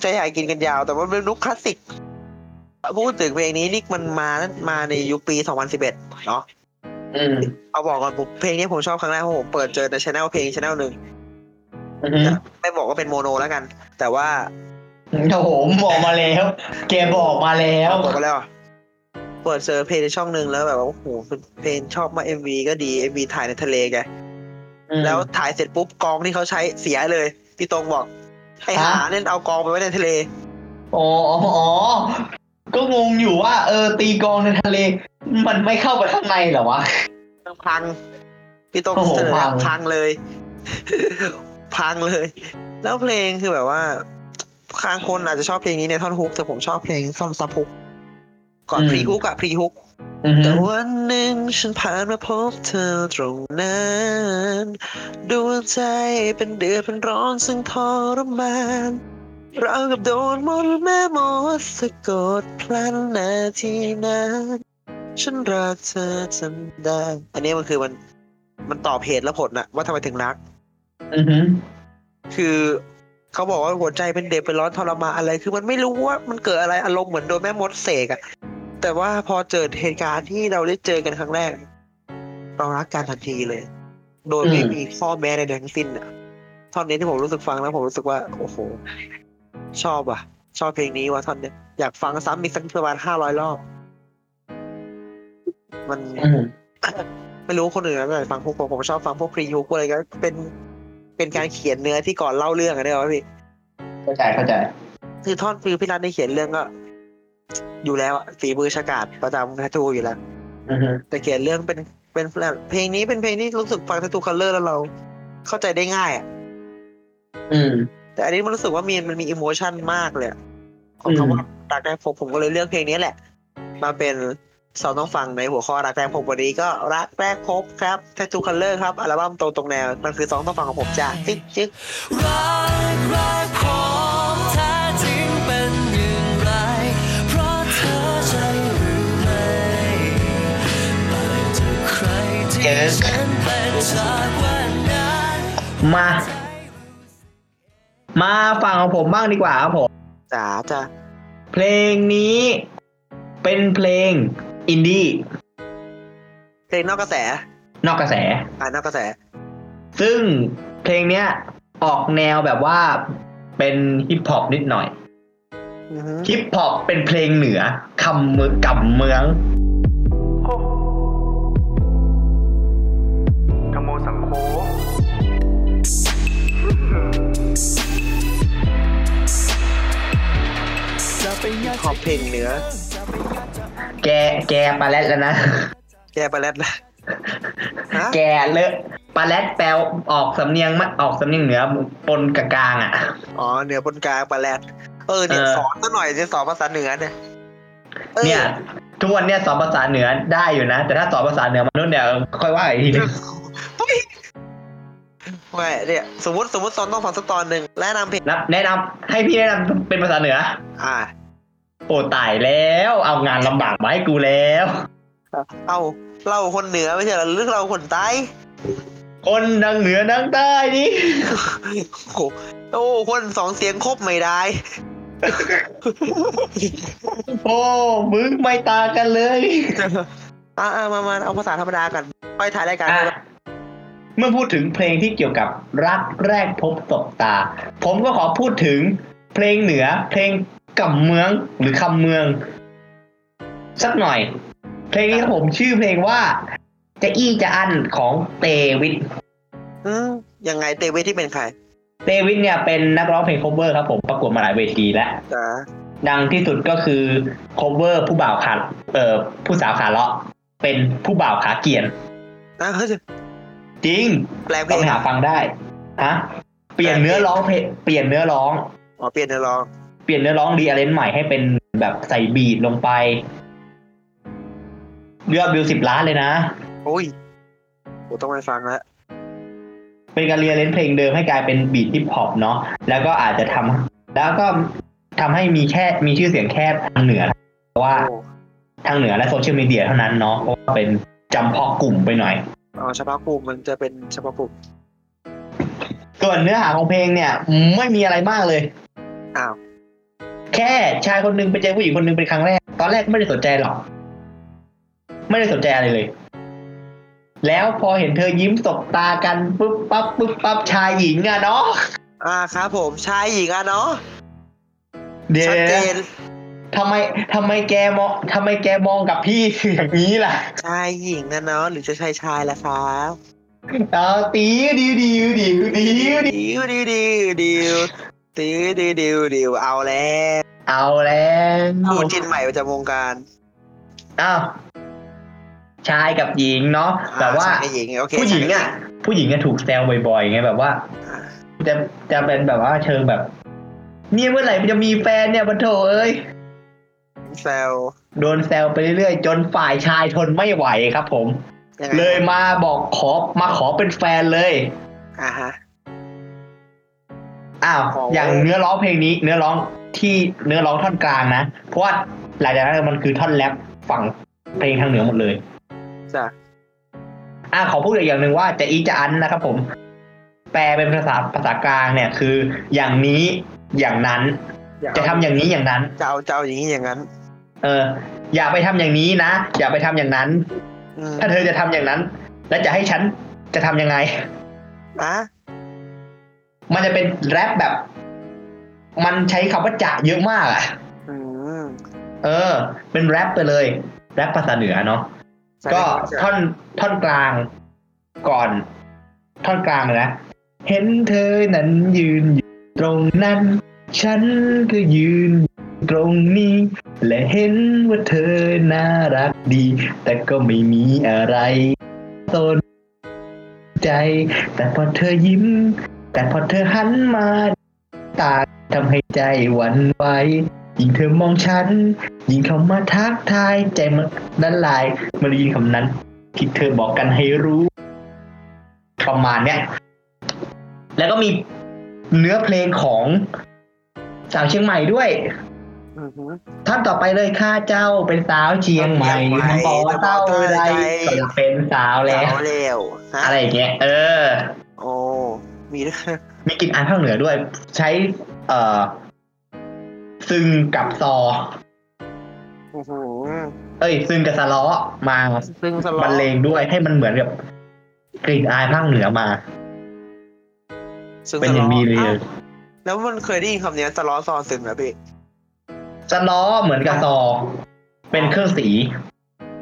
Speaker 3: ใจหายกินกันยาว แต่ว่าเป็นลุกคลาสสิกพูดถึงเพลงนี้นี่มันมามาในยุคปี 2011เนาะ
Speaker 1: อืม
Speaker 3: เอาบอกก่อนผมเพลงนี้ผมชอบครั้งแรกเพราะผมเปิดเจอในช anel เพลงช anel หนึ่ง
Speaker 1: อือฮึ
Speaker 3: ไม่บอกว่าเป็นโมโนแล้วกัน แต่ว่า
Speaker 1: โอ้โหบอกมาแล้วแกบอกมาแล้ว
Speaker 3: บอกไปแล้วอะเปิดเจอเพลงในช่องหนึ่งแล้วแบบว่าโอ้โหเพลงชอบมากเอ็มวีก็ดีเอ็มวีถ่ายในทะเลแก
Speaker 1: อืม
Speaker 3: แล้วถ่ายเสร็จปุ๊บกองที่เขาใช้เสียเลยพี่ตรงบอกไอ้หา
Speaker 1: ฮะ
Speaker 3: เล่นเอากองไปไว้ในทะเล
Speaker 1: อ๋ออ๋อ ก็งงอยู่ว่า เออ ตีกลองในทะเล มันไม่เข้าไปข้างในเหรอวะ
Speaker 3: พังพี่ตรง
Speaker 1: โอ้โห
Speaker 3: เสนอ
Speaker 1: พัง
Speaker 3: พังเลย [laughs] พังเลย แล้วเพลงคือแบบว่าคางคนอาจจะชอบเพลงนี้ในท่อนฮุกแต่ผมชอบเพลงซ่อมซับฮุกก่อนพรีฮุกอะพรีฮุก
Speaker 1: อือฮึ
Speaker 3: แต่วันหนึ่งฉันผ่านมาพบเธอตรงนั้นดวงใจเป็นเดือดเป็นร้อนซึ่งทรมานเราวกับโดนมนต์แม่มดสะกดพลันนาทีนั้น ฉันรักเธอจำได้ อันนี้มันคือมันมันตอบเหตุและผลนะว่าทำไมถึงรัก
Speaker 1: อือฮึ
Speaker 3: คือเขาบอกว่าหัวใจเป็นเด็กเป็นร้อนทรมานอะไร คือมันไม่รู้ว่ามันเกิดอะไรอารมณ์เหมือนโดนแม่มดเสกอะแต่ว่าพอเจอเหตุการณ์ที่เราได้เจอกันครั้งแรก เรารักกันทันทีเลย โดยไม่มีข้อแม้ใดๆทั้งสิ้นอะท่อนนี้ที่ผมรู้สึกฟังแล้วผมรู้สึกว่า โอ้โห ชอบอ่ะ ชอบเพลงนี้ว่ะท่อนเนี้ยอยากฟังซ้ำอีกสักประมาณห้าร้อยรอบ มัน
Speaker 1: อือฮึ
Speaker 3: ไม่รู้คนอื่นนะแต่ฟังพวกผมผมชอบฟังพวกพรีฮุกอะไรก็เป็นเป็นการเขียนเนื้อที่ก่อนเล่าเรื่องอะได้ไหมพี่
Speaker 1: เข้าใจเข้าใจ
Speaker 3: คือท่อนฟิลพี่รัตได้เขียนเรื่องก็ อยู่แล้วอะฝีมือฉกาจประจำแททูอยู่แล้ว
Speaker 1: อือฮึ
Speaker 3: แต่เขียนเรื่องเป็นเป็นเพลงนี้เป็นเพลงที่รู้สึกฟังแททูคัลเลอร์แล้วเรา เข้าใจได้ง่ายอ่ะ
Speaker 1: อืม
Speaker 3: แต่อันนี้มันรู้สึกว่ามีมันมีอิโมชันมากเลยอะของคำว่ารักแรกพบผมก็เลยเลือกเพลงนี้แหละ มาเป็นสาวต้องฟังในหัวข้อรักแรกพบวันนี้ก็รักแรกพบครับแททูคัลเลอร์ครับอัลบั้มตรงตรงแนวมันคือสองต้องฟังของผมจ้าจิ๊กจิ๊ก
Speaker 4: รักรักของแท้จริงเป็นอย่างไร เพราะเธอใช่หรือไม่ต่างจากใครที่ฉันเป็นจากวันนั้น
Speaker 1: มา มาฟังของผมบ้างดีกว่าครับผม
Speaker 3: จ๋าจ้ะ
Speaker 1: เพลงนี้เป็นเพลงอินดี้
Speaker 3: เพลงนอกกระแส
Speaker 1: นอกกระแส
Speaker 3: อ่านอกกระแส
Speaker 1: ซึ่งเพลงเนี้ยออกแนวแบบว่าเป็นฮิปฮอปนิดหน่อย
Speaker 3: อือฮึ
Speaker 1: ฮิปฮอปเป็นเพลงเหนือคำเมืองกับเมือง
Speaker 5: ธรรมโมสังโฆ
Speaker 3: ขอบเพลงเหนือ
Speaker 1: แกแกมาแล้วแล้วนะ [laughs]
Speaker 3: แกไปแล้วนะฮะ
Speaker 1: แกเลอะปลาแรดแปลออกสำเนียงมาออกสำเนียงเหนือปนกับกลางอ่ะ
Speaker 3: อ๋อเหนือบนกลางไปแล้วเออเนี่ย
Speaker 1: เออ
Speaker 3: สอนซะหน่อยจะสอนภาษาเหนือเนี่ยออ
Speaker 1: เนี่ย ทุกวันเนี่ยสอนภาษาเหนือได้อยู่นะ แต่ถ้าสอนภาษาเหนือมนุษย์เนี่ยค่อยว่าอีกทีนึง
Speaker 3: ไม่เนี่ยสมมติสมมติตอนต้องฟังสักตอนหนึ่งและนำเพลง
Speaker 1: นับแนะนำให้พี่แนะนำเป็นภาษาเหนือ
Speaker 3: อ่า
Speaker 1: โอ้ตายแล้ว เอางานลำบากมาให้กูแล้ว
Speaker 3: เอาเราคนเหนือไม่ใช่เหรอหรือเราคนใต้
Speaker 1: คนดังเหนือดังใต้นี่
Speaker 3: โอ้โหโอ้คนสองเสียงครบไม่
Speaker 1: [laughs]
Speaker 3: ได้
Speaker 1: โอ้มึงไม่ตางกันเลย
Speaker 3: อ่ามามาเอาภาษาธรรมดากันค่อยถ่ายรายการ
Speaker 1: อ่ะเมื่อพูดถึงเพลงที่เกี่ยวกับรักแรกพบตบตา ผมก็ขอพูดถึงเพลงเหนือ เพลงกำเมืองหรือคำเมือง สักหน่อย เพลงนี้ครับผมชื่อเพลงว่า จะอี้จะอันของเตวิท
Speaker 3: อืมยังไงเตเวทที่เป็นใคร
Speaker 1: เตวิทเนี่ยเป็นนักร้องเพลง cover ครับผมประกวดมาหลายเวทีแล้ว
Speaker 3: [laughs] อ่า
Speaker 1: ดังที่สุดก็คือ cover ผู้บ่าวขาเอ่อผู้สาวขาเลาะ เป็นผู้บ่าวขาเกียน
Speaker 3: อ่ะเฮ้ย
Speaker 1: จริง
Speaker 3: แปลงเพ
Speaker 1: ต้
Speaker 3: ล
Speaker 1: อง
Speaker 3: ง
Speaker 1: หาฟังได้ฮะเปลี่ยนเนื้อร้องเพลงเปลี่ยนเนื้อร้อง
Speaker 3: อ๋อเปลี่ยนเนื้อร้อง
Speaker 1: เปลี่ยนเนื้อร้องดีอเลนใหม่ให้เป็นแบบใส่บีดลงไปยอดวิวสิบล้านเลยนะ
Speaker 3: โอ้ยกูต้องไปฟังแล้ว
Speaker 1: เป็นการเรียนเลนเพลงเดิมให้กลายเป็นบีดฮิปฮอปเนาะแล้วก็อาจจะทำแล้วก็ทำให้มีแค่มีชื่อเสียงแค่ทางเหนือเพราะว่า
Speaker 3: โอ้
Speaker 1: ทางเหนือและโซเชียลมีเดียเท่านั้นเนาะเพราะว่าเป็นจำเพาะกลุ่มไปหน่อย
Speaker 3: เอาเฉพาะกลุ่มมันจะเป็นเฉพาะกลุ่ม
Speaker 1: ส่วนเนื้อหาของเพลงเนี่ยไม่มีอะไรมากเลย
Speaker 3: อ้าว
Speaker 1: แค่ชายคนหนึงไปเจอผู้หญิงคนหนึงเป็นครั้งแรก ตอนแรกไม่ได้สนใจหรอก ไม่ได้สนใจอะไรเลย แล้วพอเห็นเธอยิ้มสบตากันปุ๊บปั๊บปุ๊บปั๊บชายหญิงอะเนาะ
Speaker 3: อ่าครับผมชายหญิงอ่ะเนาะ
Speaker 1: เดี๋ยว
Speaker 3: ชัดเจน
Speaker 1: ทำไมทำไมแกมองทำไมแกมองกับพี่ [laughs] อย่างนี้ล่ะ
Speaker 3: ชายหญิงนะเนาะหรือจะชายชายล่ะครับ
Speaker 1: เอาตีดิวดิวดิวดิวดิว
Speaker 3: ดิวดิวดิวดิวดิวดิวดิวดิวเอาแล้ว
Speaker 1: เอาแล้ว
Speaker 3: คู่จิ้นใหม่ประจำวงการ
Speaker 1: อ้าวชายกับหญิงเนาะแต่ว่า
Speaker 3: อ่ชยหญิงโอเค
Speaker 1: ผู้หญิงอ่ะ ผู้หญิงอะถูกแซวบ่อยๆไงแบบว่า จะจะเป็นแบบว่าเชิงแบบ เนี่ยเมื่อไหร่มันจะมีแฟนเนี่ยบันโถเอ้ย
Speaker 3: แซว
Speaker 1: โดนแซวไปเรื่อยๆ จนฝ่ายชายทนไม่ไหวครับผม
Speaker 3: งไง
Speaker 1: เลยมาบอกขอมาขอเป็นแฟนเลย
Speaker 3: อ่าฮะ
Speaker 1: อ้าว
Speaker 3: ขอ
Speaker 1: อย่างเนื้อร้องเพลงนี้ เนื้อร้องที่เนื้อร้องท่อนกลางนะเพราะว่าหลังจากนั้นมันคือท่อนแรปฝั่งเพลงทางเหนือหมดเลย
Speaker 3: จ้ะ
Speaker 1: อ่ะขอพูดอีกอย่างหนึ่งว่าจะอีจะอันนะครับผม แปลเป็นภาษาภาษากลางเนี่ยคือ อย่างนี้อย่างนั้น
Speaker 3: อย่า
Speaker 1: จะทำอย่างนี้อย่างนั้น
Speaker 3: จะเอาจะเอาอย่างนี้อย่างนั้น
Speaker 1: เออ อย่าไปทำอย่างนี้นะ อย่าไปทำอย่างนั้น
Speaker 3: อืม
Speaker 1: ถ้าเธอจะทำอย่างนั้น แล้วจะให้ฉันจะทำยังไง
Speaker 3: อ่ะ
Speaker 1: มันจะเป็นแรปแบบ มันใช้คำว่าจะเยอะมากอะ่ะ
Speaker 3: อืม
Speaker 1: เออ เป็นแรปไปเลย แรปภาษาเหนือเนาะ ก็ท่อนท่อนกลางก่อน ท่อนกลางเลยนะ เห็นเธอนั้นยืนอยู่ตรงนั้น ฉันก็ยืนอยู่ตรงนี้ และเห็นว่าเธอน่ารักดี แต่ก็ไม่มีอะไรสนใจ แต่พอเธอยิ้ม แต่พอเธอหันมาตาทำให้ใจหวั่นไหวยิ่งเธอมองฉัน ยิ่งเข้ามาทักทายใจมันด้านลาย เมื่อได้ยินคำนั้น คิดเธอบอกกันให้รู้ ประมาณเนี้ย แล้วก็มีเนื้อเพลงของสาวเชียงใหม่ด้วย
Speaker 3: อือหือ
Speaker 1: ท่านต่อไปเลยข้าเจ้าเป็นสาวเชียงใหม่
Speaker 3: เชียงใหม่
Speaker 1: ทำบอกว่าเต้าไร
Speaker 3: ใจ
Speaker 1: ก็อยากเป็นสาวแล้ว
Speaker 3: เอาแล้วฮะ
Speaker 1: อะไรอย่างเงี้ยเออ
Speaker 3: โอ้มีด้วย [laughs]
Speaker 1: มีกลิ่นอายภาคเหนือด้วย ใช้ เอ่อ ซึงกับซอ
Speaker 3: อื้อหือ
Speaker 1: เอ้ย ซึงกับสะล้อมา
Speaker 3: ซึ่งสล
Speaker 1: บรรเลงด้วยให้มันเหมือนกับกลิ่นอายภาคเหนือมา
Speaker 3: ซึ่ง
Speaker 1: เป็นอย่างดีเลย
Speaker 3: อ้าวแล้วมันเคยได้ยินคำนี้สลอซอซึงเหรอพี่
Speaker 1: สะล้อเหมือนกับซอ เป็นเครื่องสี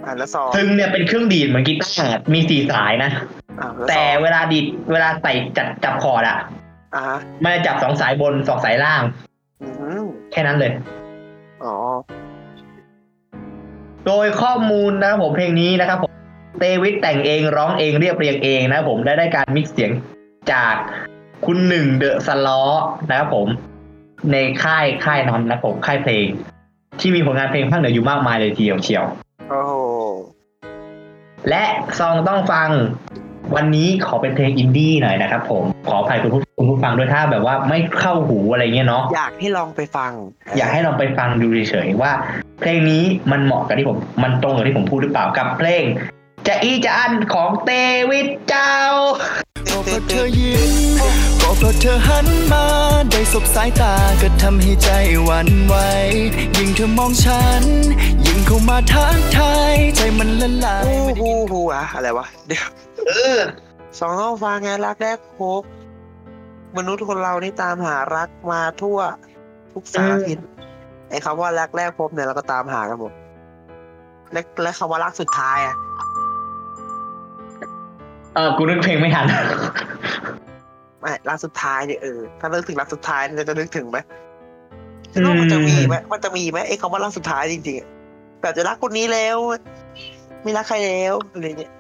Speaker 3: อ่านแล้วซอ
Speaker 1: ซึ่งเนี่ยเป็นเครื่องดีดเหมือนกีตาร์มีสี่สายนะ
Speaker 3: อ่านล้วซอ
Speaker 1: แต่เวลาดีดเวลาใส่จัดจับคอร์ดอะ
Speaker 3: อ่าฮะ
Speaker 1: มันจะจับสองสายบนสองสายล่าง
Speaker 3: อือหือ
Speaker 1: แค่นั้นเลย
Speaker 3: อ๋อ
Speaker 1: โดยข้อมูลนะครับผมเพลงนี้นะครับผม เตวิทแต่งเองร้องเองเรียบเรียงเองนะครับผมและได้การมิกซ์เสียงจากคุณหนึ่งเดอะสล้อนะครับผม ในค่ายค่ายนั้นนะครับผมค่ายเพลง ที่มีผลงานเพลงภาคเหนืออยู่มากมายเลยทีเดียวเชียว
Speaker 3: โอ้โห
Speaker 1: และซองต้องฟังวันนี้ขอเป็นเพลงอินดี้หน่อยนะครับผมขออภัยคุณผู้คุณผู้ฟังด้วยถ้าแบบว่าไม่เข้าหูอะไรเงี้ยเนาะ
Speaker 3: อยากให้ลองไปฟัง
Speaker 1: อยากให้ลองไปฟังดูเฉยๆว่า เพลงนี้มันเหมาะกับที่ผม มันตรงกับที่ผมพูดหรือเปล่ากับเพลง จะอีจะอันของเตวิทเจ้า
Speaker 4: ก็เพราะเธอยิ้มก็เพราะเธอหันมา ได้สบสายตาก็ทำให้ใจหวั่นไหว ยิ่งเธอมองฉัน ยิ่งเข้ามาทักทาย ใจมันละลาย
Speaker 3: ฮู้
Speaker 4: ไม่ได้
Speaker 3: ฮู้ฮู้อะอะไรวะเดี๋ยว
Speaker 1: เออ
Speaker 3: สองต้องฟังไงรักแรกพบมนุษย์คนเรานี่ตามหารักมาทั่ว ทุกสารทิศไอ้คำว่ารักแรกพบเนี่ยเราก็ตามหากันหมดและและคำว่ารักสุดท้ายอะ
Speaker 1: เออกูนึกเพลงไม่ทัน
Speaker 3: ไม่ร้านสุดท้ายเนี่ยเออถ้านึกถึงร้านสุดท้ายเนี่ยจะนึกถึงไหม
Speaker 1: อืม
Speaker 3: ว่ามันจะมีไหมมันจะมีไหมไอ้คำว่าร้านสุดท้ายจริงๆอะแบบจะรักคนนี้แล้ว ไม่รักใครแล้วอะไรเนี่ย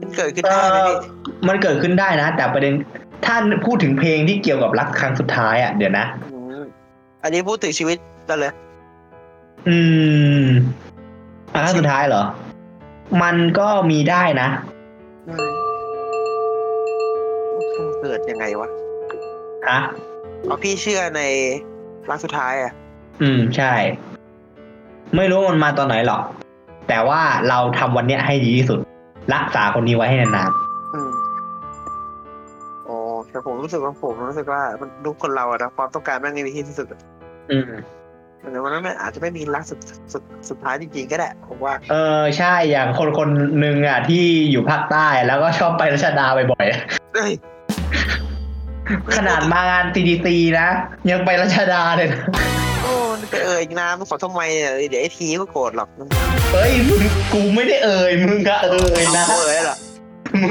Speaker 3: มันเกิดขึ้นได้ไหมพี่
Speaker 1: มันเกิดขึ้นได้นะ แต่ประเด็นถ้าพูดถึงเพลงที่เกี่ยวกับรักครั้งสุดท้ายอ่ะเดี๋ยวนะ
Speaker 3: อืมอันนี้พูดถึงชีวิตเราเลย
Speaker 1: อืมอันสุดท้ายเหรอ มันก็มีได้นะ
Speaker 3: อืมเกิดยังไงวะ
Speaker 1: ฮะ
Speaker 3: เอาพี่เชื่อในรักสุดท้ายอ่ะ
Speaker 1: อืม ใช่ ไม่รู้ว่ามันมาตอนไหนหรอก แต่ว่าเราทำวันเนี้ยให้ดีที่สุด รักษาคนนี้ไว้ให้นาน
Speaker 3: อืมโอ้แต่ผมรู้สึกว่าผมรู้สึกว่ามันลูกคนเราอะนะความต้องการแม่งมีที่ที่สุดอะ
Speaker 1: ๆอืม
Speaker 3: หรือวันนั้นมันอาจจะไม่มีรักสุดสุดสุดท้ายจริงๆก็ได้ผมว่า
Speaker 1: เออ ใช่ อย่างคนคนหนึ่งอ่ะ ที่อยู่ภาคใต้แล้วก็ชอบไปรัชดาบ่อย
Speaker 3: เอ้ย
Speaker 1: ๆ [laughs] ขนาดมางานตีดีตีนะ ยังไปรัชดาเลยนะ
Speaker 3: โอ้ยไปเอ่ยน้ำขอทำไมเนี่ยเดี๋ยวไอ้ทีก็โกรธหรอกมัน
Speaker 1: เฮ้ยมึงกูไม่ได้เอ่ย มึงก็เอ่ยนะ
Speaker 3: เอาเอ่ยเหรอ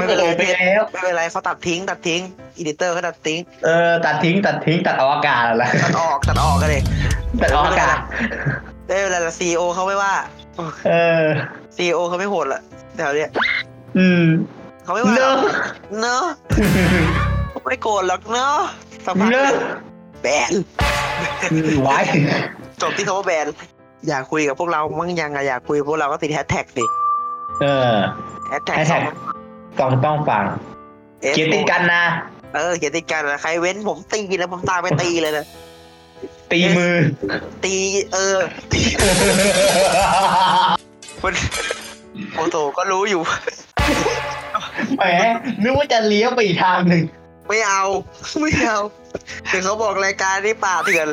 Speaker 1: มึงเอ่ยไปแล้ว
Speaker 3: ไม่เป็นไรเขาตัดทิ้ง ตัดทิ้งอีดิเตอร์เขาตัดทิ้ง
Speaker 1: เออ ตัดทิ้ง ตัดทิ้ง ตัดออกอากาศแล้วล่ะ [laughs]
Speaker 3: ตัดออกตัดออกกันเลย
Speaker 1: ตัดออกอากาศ
Speaker 3: ได้เวลาละซีโอเขาไม่ว่า
Speaker 1: เออ
Speaker 3: ซีโอเขาไม่โหดละแถวเนี้ย
Speaker 1: อืม
Speaker 3: เขาไม่ว่า
Speaker 1: เนอะ
Speaker 3: เน
Speaker 1: [laughs]
Speaker 3: อะไม่โกรธหรอกเนอะสักพัก
Speaker 1: เนอะ
Speaker 3: แบน
Speaker 1: ไว้
Speaker 3: จบที่คำว่าแบนอยากคุยกับพวกเรามั่งยังอะอยากคุยกับพวกเราก็ติดแฮชแท็กสิ
Speaker 1: เออ
Speaker 3: แฮชแท็ก
Speaker 1: hashtag ต้องต้องฟัง เขียนติดกันนะ
Speaker 3: เออเขียนติดกันนะใครเว้นผมตีนะผมตามไปตีเลยนะ
Speaker 1: ตีมือ
Speaker 3: ตีเออมันโอโตก็รู้อยู่
Speaker 1: แหมนึกว่าจะเลี้ยวไปอีกทางหนึ่ง
Speaker 3: ไม่เอาไม่เอาถึงเขาบอกรายการนี้ป่าเถื่อน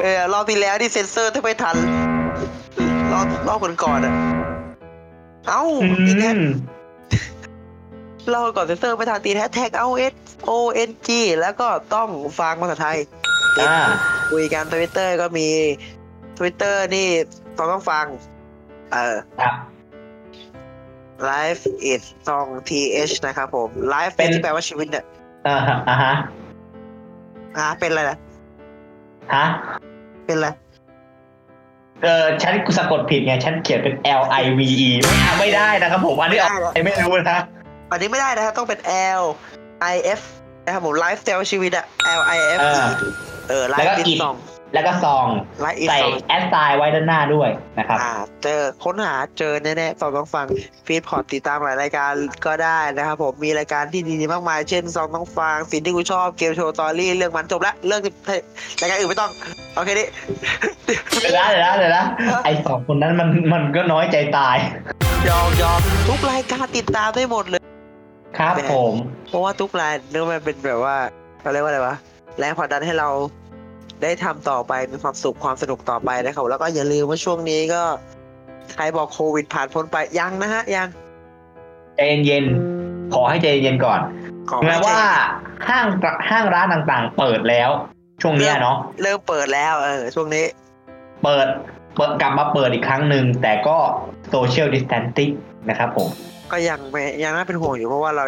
Speaker 3: เออรอบที่แล้วที่เซ็นเซอร์ถ้าไม่ทัน รอบรอบก่อนก่อนๆอ่ะเอ้า
Speaker 1: อื
Speaker 3: ตีแท็ก
Speaker 1: ม
Speaker 3: รอบก่อนเซ็นเซอร์ไม่ทันตีแท็กแท็กเอาเอสโอเอ็นจีแล้วก็ต้องฟังภาษาไทย
Speaker 1: อ่า
Speaker 3: คุยกันทวิตเตอร์ก็มีทวิตเตอร์นี่ต้องต้องฟัง เอ่อ
Speaker 1: ครับ
Speaker 3: life is song th นะครับผม life
Speaker 1: เป็
Speaker 3: เป็น
Speaker 1: น
Speaker 3: ที่แปลว่าชีวิตเนี่ย
Speaker 1: อ่าฮะอ่าฮะ
Speaker 3: อ่ะเป็นอะไรนะ
Speaker 1: ฮะ
Speaker 3: เป็นอะไร
Speaker 1: เออฉันกูสะกดผิดไง ฉันเขียนเป็น L I V E ไม่เอาไม่ได้นะครับผม อันนี้ออกไปไม่รู้นะ
Speaker 3: อันนี้ไม่ได้นะครับต้องเป็น l i f นะครับผม life แปลว่าชีวิตอะ l i f
Speaker 1: อ่า
Speaker 3: เออ
Speaker 1: แล้วก็
Speaker 3: life is
Speaker 1: it
Speaker 3: song
Speaker 1: แล้วก็ซอง
Speaker 3: life is
Speaker 1: ใส่
Speaker 3: song
Speaker 1: แอสไซน์ไว้ด้านหน้าด้วยนะครับ
Speaker 3: อ่าเจอค้นหาเจอแน่ๆต้องต้องฟังฟีดพอร์ตติดตามหลายรายการก็ได้นะครับผมมีรายการที่ดีๆมากมาย เช่นซองต้องฟังสิ่งที่กูชอบเกมโชว์ตอรี่เรื่องมันจบละเรื่องรายการอื่นไม่ต้องโอเคดิ
Speaker 1: เดี๋ยวนะเดี๋ยวนะเดี๋ยวนะไอสองคนนั้นมันมันก็น้อยใจตาย
Speaker 3: ยอมยอมทุกรายการติดตามได้หมดเลย
Speaker 1: ครับผม
Speaker 3: เพราะว่าทุกรายเนื่องมันเป็นแบบว่าเขาเรียกว่าอะไรวะแรงผลักดันให้เราได้ทำต่อไปมีความสุขความสนุกต่อไปนะครับแล้วก็อย่าลืมว่าช่วงนี้ก็ใครบอกโควิดผ่านพ้นไปยังนะฮะยัง
Speaker 1: ใจเย็นๆ ขอให้ใจเย็นๆก่อน
Speaker 3: ขอ
Speaker 1: แม้
Speaker 3: ให้ใจ
Speaker 1: ว่าห้างห้างร้านต่างๆ เปิดแล้ว ช่วงเนี้ยเนาะ
Speaker 3: เริ่มเปิดแล้วเออช่วงนี้
Speaker 1: เปิดเปิดกลับมาเปิดอีกครั้งหนึ่ง แต่ก็โซเชียลดิสแ n นติ้งนะครับผม
Speaker 3: ก็ยังไม่ยังน่าเป็นห่วงอยู่เพราะว่าเรา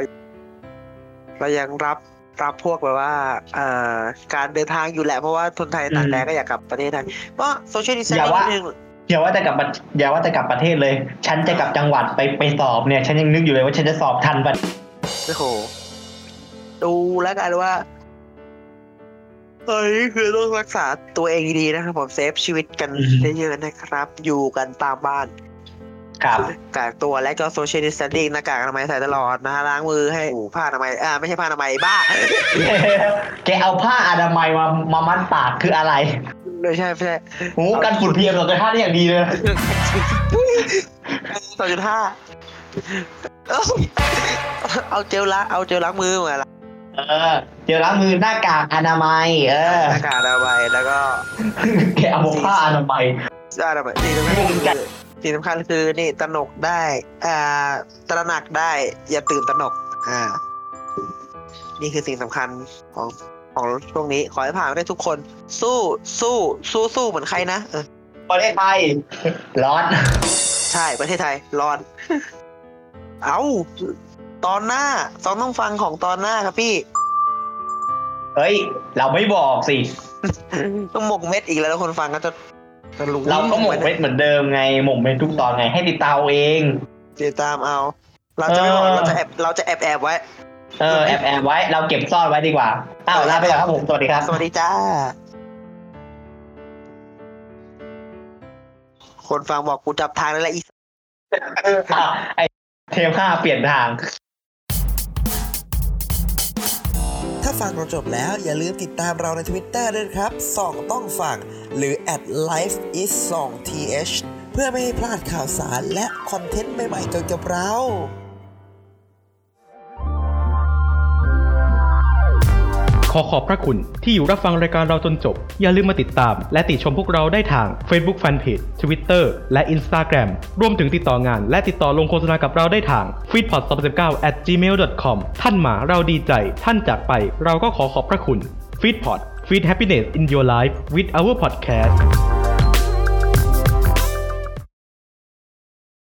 Speaker 3: เรายังรับรับพวกแบบว่าเอ่อการเดินทางอยู่แหละเพราะว่าคนไทยต่างแดนก็อยากกลับประเทศไทยก็โซเชียลดิสแทน
Speaker 1: อย่า
Speaker 3: นิ
Speaker 1: ว่า
Speaker 3: ดนึง
Speaker 1: อย่าว่าแต่กลับประอย่าว่าแต่กลับประเทศเลย ฉันจะกลับจังหวัดไปไปสอบเนี่ย ฉันยังนึกอยู่เลยว่าฉันจะสอบทันปะ
Speaker 3: โอ้โหดูแล้วกันว่าตอนนี้คือต้องรักษาตัวเองดีๆนะครับผมเซฟชีวิตกันได้เยอะๆนะครับ อยู่กันตามบ้าน
Speaker 1: ครับ [laughs]
Speaker 3: กากตัวและก็โซเชียลดิสแตนดิ้งหน้ากากอนามัยใส่ตลอดนะฮะล้างมือให้อูผ้าอนามัยอ่าไม่ใช่ผ้าอนามัยบ้า
Speaker 1: แกเอาผ้าอนามัยมามามัดปากคืออะไร
Speaker 3: ไม่ใช่ไม่ใช่
Speaker 1: โอ้กันฝุ่นเพียมหรอกแต่ท่าได้อย่างดีเลย
Speaker 3: สองจุดห้าเอาเจลล้างเอาเจลล้างมือมาล้าง
Speaker 1: เออเจลล้างมือหน้ากากอนามัย เออ
Speaker 3: หน้ากากอนามัยแล้วก็
Speaker 1: แกเอาผ้าอนามัย
Speaker 3: ได้แล้วแบบสิ่งสำคัญคือสิ่งสำคัญคือนี่ตระหนกได้อ่าตระหนักได้ อย่าตื่นตระหนก อ่า นี่คือสิ่งสำคัญของของช่วงนี้ ขอให้ผ่านไปได้ทุกคน สู้สู้สู้สู้เหมือนใครนะเออ
Speaker 1: ประเทศไทยร้อน
Speaker 3: ใช่ประเทศไทยร้อน เอาตอนหน้าต้องต้องฟังของตอนหน้าครับพี่
Speaker 1: เฮ้ย เราไม่บอกสิ
Speaker 3: ต้องหมกเม็ดอีกแล้วแล้วคนฟังก็จะจะรู้
Speaker 1: เราก็หมกเม็ดเหมือนเดิมไง หมกเม็ดทุกตอนไง ให้ติดตามเอาเอง
Speaker 3: ติดตามเอา เราจะไม่บอกเราจะแอบเราจะแอบแอบไว้
Speaker 1: เออ แอบแอบไว้ เราเก็บซ่อนไว้ดีกว่าอ้าวลาไปก่อนครับผม สวัสดีครับ
Speaker 3: สวัสดีจ้า คนฟังบอกกูจับทางแล้วแหละอีส
Speaker 1: อ้าวไอเทมห้าเปลี่ยนทาง
Speaker 5: ถ้าฟังเราจบแล้วอย่าลืมติดตามเราใน Twitter ด้วยนะครับส่องต้องฟัง หรือ at life is 2 th เพื่อไม่ให้พลาดข่าวสารและคอนเทนต์ใหม่ๆเกี่ยวกับเรา
Speaker 6: ขอขอบพระคุณที่อยู่รับฟังรายการเราจนจบ อย่าลืมมาติดตามและติชมพวกเราได้ทาง Facebook Fanpage Twitter และ Instagram รวมถึงติดต่องานและติดต่อลงโฆษณากับเราได้ทาง f e e d p o d 2 9 at gmail.com ท่านมาเราดีใจ ท่านจากไปเราก็ขอขอบพระคุณ f e e d p o d Feed Happiness in Your Life with our podcast